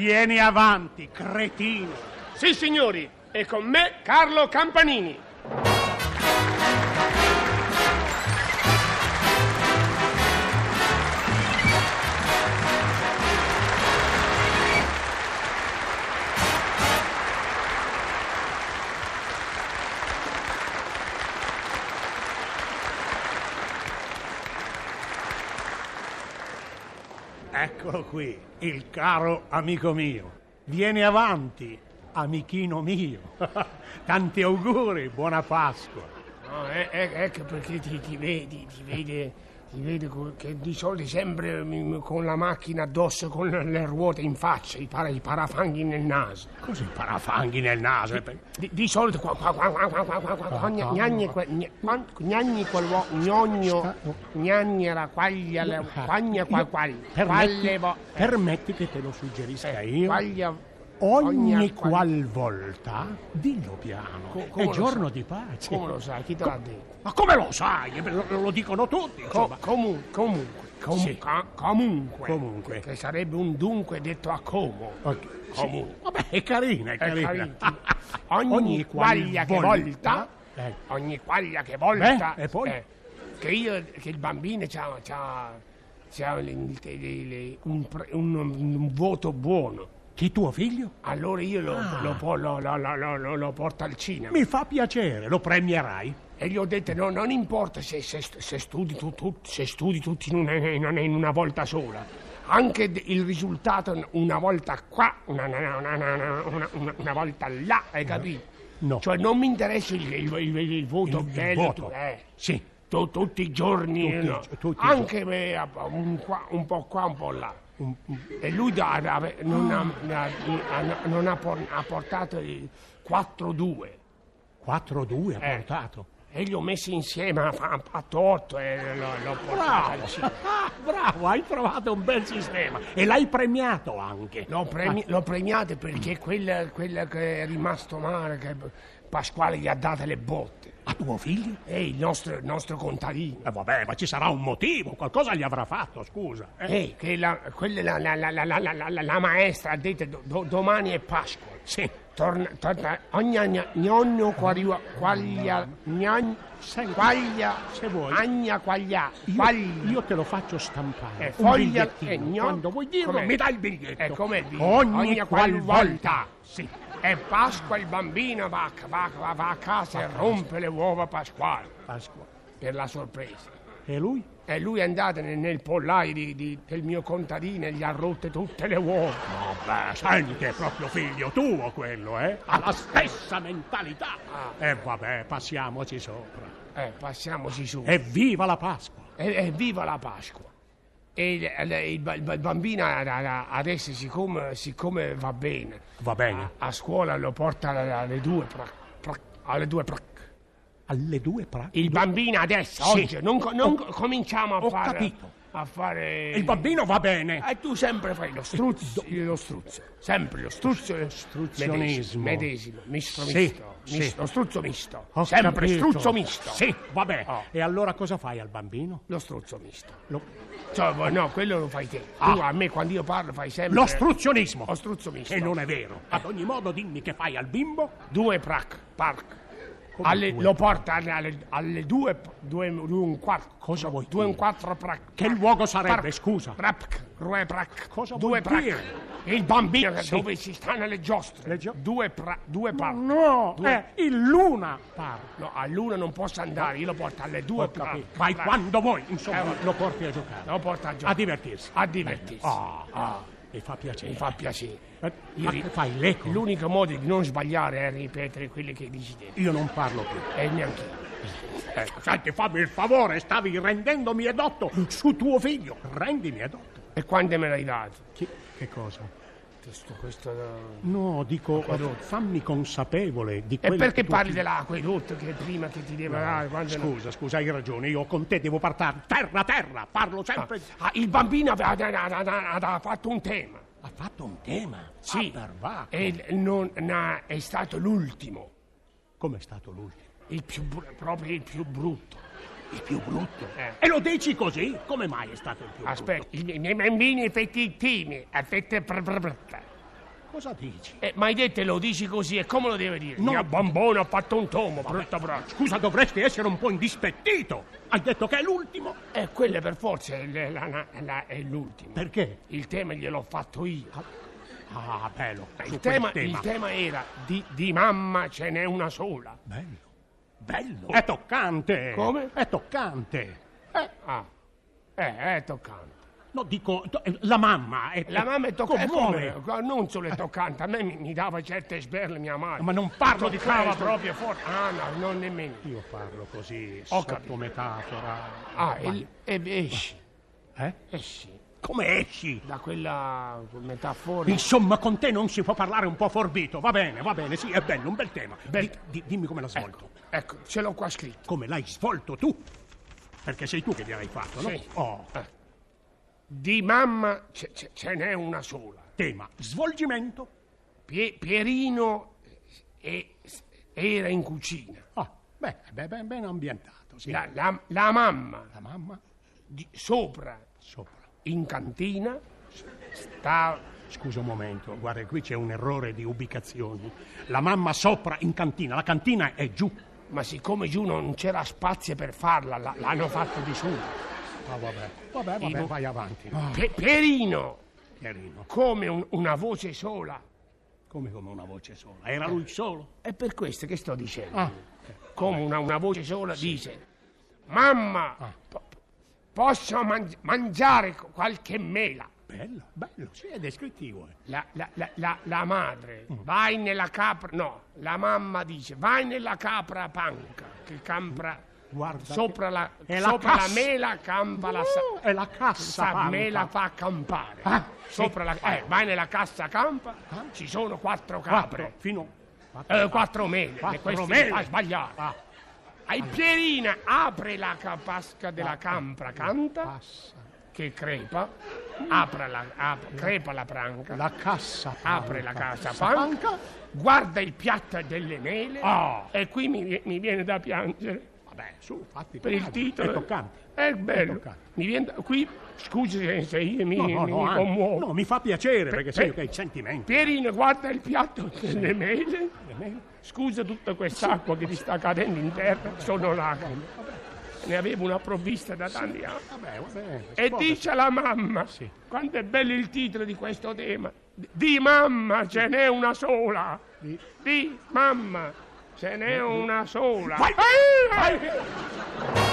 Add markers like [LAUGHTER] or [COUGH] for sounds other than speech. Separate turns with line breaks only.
Vieni avanti, cretino.
Sì, signori, e con me Carlo Campanini.
Eccolo qui, il caro amico mio. Vieni avanti, amichino mio. [LAUGHS] Tanti auguri, buona Pasqua.
No, eh, eh, ecco perché ti, ti vedi, ti vede, ti vede co- che di solito sempre mm, con la macchina addosso, con le, le ruote in faccia, i, para- i parafanghi nel naso.
Così parafanghi nel naso. eh, e per-
Di, di solito qua, qua, qua, qua, qua, qua, qua, qua, qua, gna- gnagni, que- gna- qua- gnagni quell'uomo, gnogno, gnagnera, quaglia, le- quaglia, qua, quaglia, quaglia, vo-
permetti che te lo suggerisca io.
quaglia,
Eh, Ogni
ogni qual-
qualvolta, dillo piano,
Co- come
è
lo
giorno
so?
di pace.
Come lo sai, chi te l'ha detto?
Ma come lo sai? Lo, lo dicono tutti.
Co-
insomma.
comu- comunque, comu-
Sì.
ca- comunque,
Comunque.
che sarebbe un dunque detto a como.
Ok, sì.
Comunque.
Vabbè, è carina, è
È
carina. [LAUGHS]
carino. Ogni, quaglia che volta,
Eh,
ogni quaglia che volta, eh,
Beh, e poi?
che io, che il bambino c'ha, c'ha, c'ha le- le- le- un, pre- un- un voto buono.
chi tuo figlio?
Allora io lo,
Ah.
lo po- lo- lo- lo- lo- lo- lo porto al cinema
Mi fa piacere, lo premierai.
e gli ho detto no, non importa se, se- se studi, tu- tu- se studi tutti in una, in una- in una volta sola, anche d- il risultato una volta qua, una, una- una- una- una- una- una volta là, hai capito?
Eh, No.
Cioè non mi interessa il, il- il- il- il voto
Il- il
bello,
voto.
tu- eh,
Sì.
tu- tutti i giorni,
Tutti i
no.
gio- tutti i
anche eh, un, qua- un po' qua, un po' là. E lui da- da- non, ha, ha- non ha por- ha portato il 4-2.
4-2 ha
Eh.
portato.
E li ho messi insieme a, a, a torto eh, e l'ho, l'ho portato al
Bravo,
cinema.
[LAUGHS] bravo, hai trovato un bel sistema e l'hai premiato anche.
L'ho, premi- l'ho premiato perché quella, quella che è rimasto male, che Pasquale gli ha dato le botte.
A tuo figlio?
E il nostro, il nostro contadino.
Eh, vabbè, ma ci sarà un motivo, qualcosa gli avrà fatto, scusa. eh.
E che la, quella, la, la, la, la, la, la, la- la- la maestra ha detto "Do- do- domani è Pasqua.
Sì,
Torna, torna, ogni agna- gnonno quariua, quaglia, gnan,
Senti,
quaglia,
se vuoi.
agna quaglia,
io,
quaglia.
io te lo faccio stampare.
Eh,
un
foglia-
bigliettino.
eh, gno-
Quando vuoi dirlo,
com'è?
mi dai il biglietto.
Eh, com'è il biglietto?
Ogni,
Ogni
qual
qualvolta.
volta. Sì.
È Pasqua il bambino va, a- va- va- va a casa e rompe le uova pasquali
Pasqua.
per la sorpresa.
E lui?
E lui è andato nel, nel pollaio di- di- del mio contadino e gli ha rotte tutte le uova.
No, beh, senti che è proprio figlio tuo quello, eh? Ha la stessa mentalità.
Ah.
E vabbè, passiamoci sopra.
Eh, passiamoci su.
Evviva la Pasqua!
E, e viva la Pasqua! E il, il- il- il bambino era- era- adesso, siccome, siccome va bene,
Va
a,
bene.
a scuola lo porta alle due. prac, prac, alle due prac.
Alle due pra...
Il bambino adesso,
Sì.
oggi, non, co- non co- cominciamo a
ho
fare...
capito.
A fare...
Il bambino va bene.
E tu sempre fai lo struzzo, lo struzzo, sempre lo struzzo e lo struzzo
Struzionismo.
medesimo, medesimo, misto,
Sì,
misto,
sì.
misto, lo struzzo misto,
Ho
sempre
capito.
struzzo misto,
Sì, va bene.
Oh.
E allora cosa fai al bambino?
lo struzzo misto.
Lo,
Cioè, voi- no, quello lo fai te, tu
Ah.
a me quando io parlo fai sempre...
L'ostruzionismo!
Lo struzzo misto.
Eh, oh, Che non è vero. Ad ogni modo dimmi che fai al bimbo.
Due prac, parc.
Come
Alle-
due?
lo porta alle, alle due, due, due, un quarto.
Cosa vuoi
Due,
dire? Ah,
un quattro prac.
Che luogo sarebbe,
Prac,
scusa?
Prac, due prac.
Cosa vuoi
due prac.
dire?
Il bambino che-
Sì.
dove si stanno le giostre.
Le gio-
Due, pra, due
Ma
prac.
no,
Due-
è il luna parla.
No, a luna non posso andare, io lo porto alle due
Ho
prac.
capito. Vai
prac.
quando vuoi, insomma,
Eh,
lo porti a giocare.
Lo porta a
A
giocare.
divertirsi.
A divertirsi.
Ah,
Ah,
Mi fa piacere.
mi fa piacere.
Eh, Ma
Ieri-
che fai l'eco?
L'unico modo di non sbagliare è ripetere quelli che dici te.
Io non parlo più.
E neanche io. Cioè,
Eh, senti, fammi il favore, stavi rendendomi edotto su tuo figlio. Rendimi edotto.
E quando me l'hai dato?
Che, che cosa?
Questo, questo-
No, dico, fammi consapevole di
E
quello
perché
che tu-
parli dell'acquedotto che prima che ti deve
Ah,
dare? quando-
Scusa, scusa, hai ragione, io con te devo parlare terra, terra, parlo sempre...
Ah, il bambino aveva, ha- ha- ha- ha fatto un tema.
Ah, Ha fatto un tema?
Sì.
Ah, parvacco.
E il- non- na- è stato l'ultimo,
Com'è stato l'ultimo?
il più br- proprio il più brutto.
Il più brutto.
Eh.
E lo dici così? Come mai è stato il più brutto?
Aspetta, i miei i miei bambini fettittini, a fette eh, pr- pr- pr-
cosa dici?
Eh, ma hai detto e lo dici così, e come lo deve dire?
No.
Mia bambona ha fatto un tomo, brutta braccia.
Scusa, dovresti essere un po' indispettito. Hai detto che è l'ultimo.
E quella Eh, per forza è, l- la- la- la- è l'ultima.
Perché?
Il tema gliel'ho fatto io.
Ah, bello.
Il
su quel
tema, il tema era di, di mamma ce n'è una sola.
Bello. Bello. È toccante.
Come?
È toccante.
Eh, ah, eh, è toccante.
No, dico, to- eh, la mamma è
La mamma è toccante.
Commuove.
come? Non solo è toccante, a me mi, mi dava certe sberle mia madre.
Ma non parlo di
Toccava
questo.
proprio forte. Ah, no, non nemmeno.
Io parlo così,
Ho
sotto
capito.
metafora.
Ah,
Ma-
e, e esci,
eh?
esci
Come esci?
da quella metafora.
Insomma, con te non si può parlare un po' forbito. Va bene, va bene, sì, è bello, un bel tema.
Bel-
Di- di- dimmi come l'ha svolto.
Ecco, ce l'ho qua scritto.
Come l'hai svolto tu? Perché sei tu che gliel'hai fatto, no?
Sì.
Oh,
Eh. Di mamma ce, ce- ce n'è una sola.
tema, svolgimento.
Pie- Pierino eh, eh, era in cucina.
Ah, beh, beh, ben, ben ambientato, sì.
La, la- la mamma
La mamma
di- sopra
sopra.
in cantina sta
Scusa un momento, guarda, qui c'è un errore di ubicazione. La mamma sopra in cantina, la cantina è giù.
ma siccome giù non c'era spazio per farla la- l'hanno fatta di su
Ah, vabbè, vabbè, vabbè,
Ivo.
vai avanti.
Pe- Pierino
Pierino,
come un- una voce sola
come come una voce sola. Era lui solo?
è per questo che sto dicendo
Ah,
come una, una voce sola dice mamma
Ah.
po- posso man- mangiare co- qualche mela
bello, bello, sì, è descrittivo. eh.
la, la- la- la- la madre
Mm.
vai nella capra no la mamma dice vai nella capra panca che campra
Guarda che-
sopra la,
È la
sopra la
cassa.
mela campa la sa-
Oh, è la cassa.
sa, me la
panca.
fa campare
Ah,
sopra la eh, vai nella cassa campa ci sono
Quattro,
quattro capre
fino...
quattro, eh, quattro mele
Quattro
questi
mele.
hai sbagliato
Ah,
Ai Pierina apre la capasca della campra, canta,
passa.
che crepa, apre la, ap- crepa la pranca,
La cassa.
apre la casa panca, guarda il piatto delle mele
Ah.
e qui mi, mi viene da piangere
Vabbè, su, fatti
per il
piano,
titolo.
È toccante.
È bello.
toccante.
Mi viene da- qui, scusi se- se io mi,
No, no,
mi
no, anzi,
commuovo.
no, mi fa piacere perché
per-
sai che hai sentimenti.
Pierino guarda il piatto delle mele,
Eh,
scusa tutta quest'acqua che ti sta cadendo in terra, sono lacrime. Ne avevo una provvista da tanti anni.
Vabbè, vabbè.
E
sposa-
dice alla mamma,
Sì.
quanto è bello il titolo di questo tema, di mamma ce n'è una sola,
Di-
di mamma ce n'è una sola.
Vai!
Eh, eh.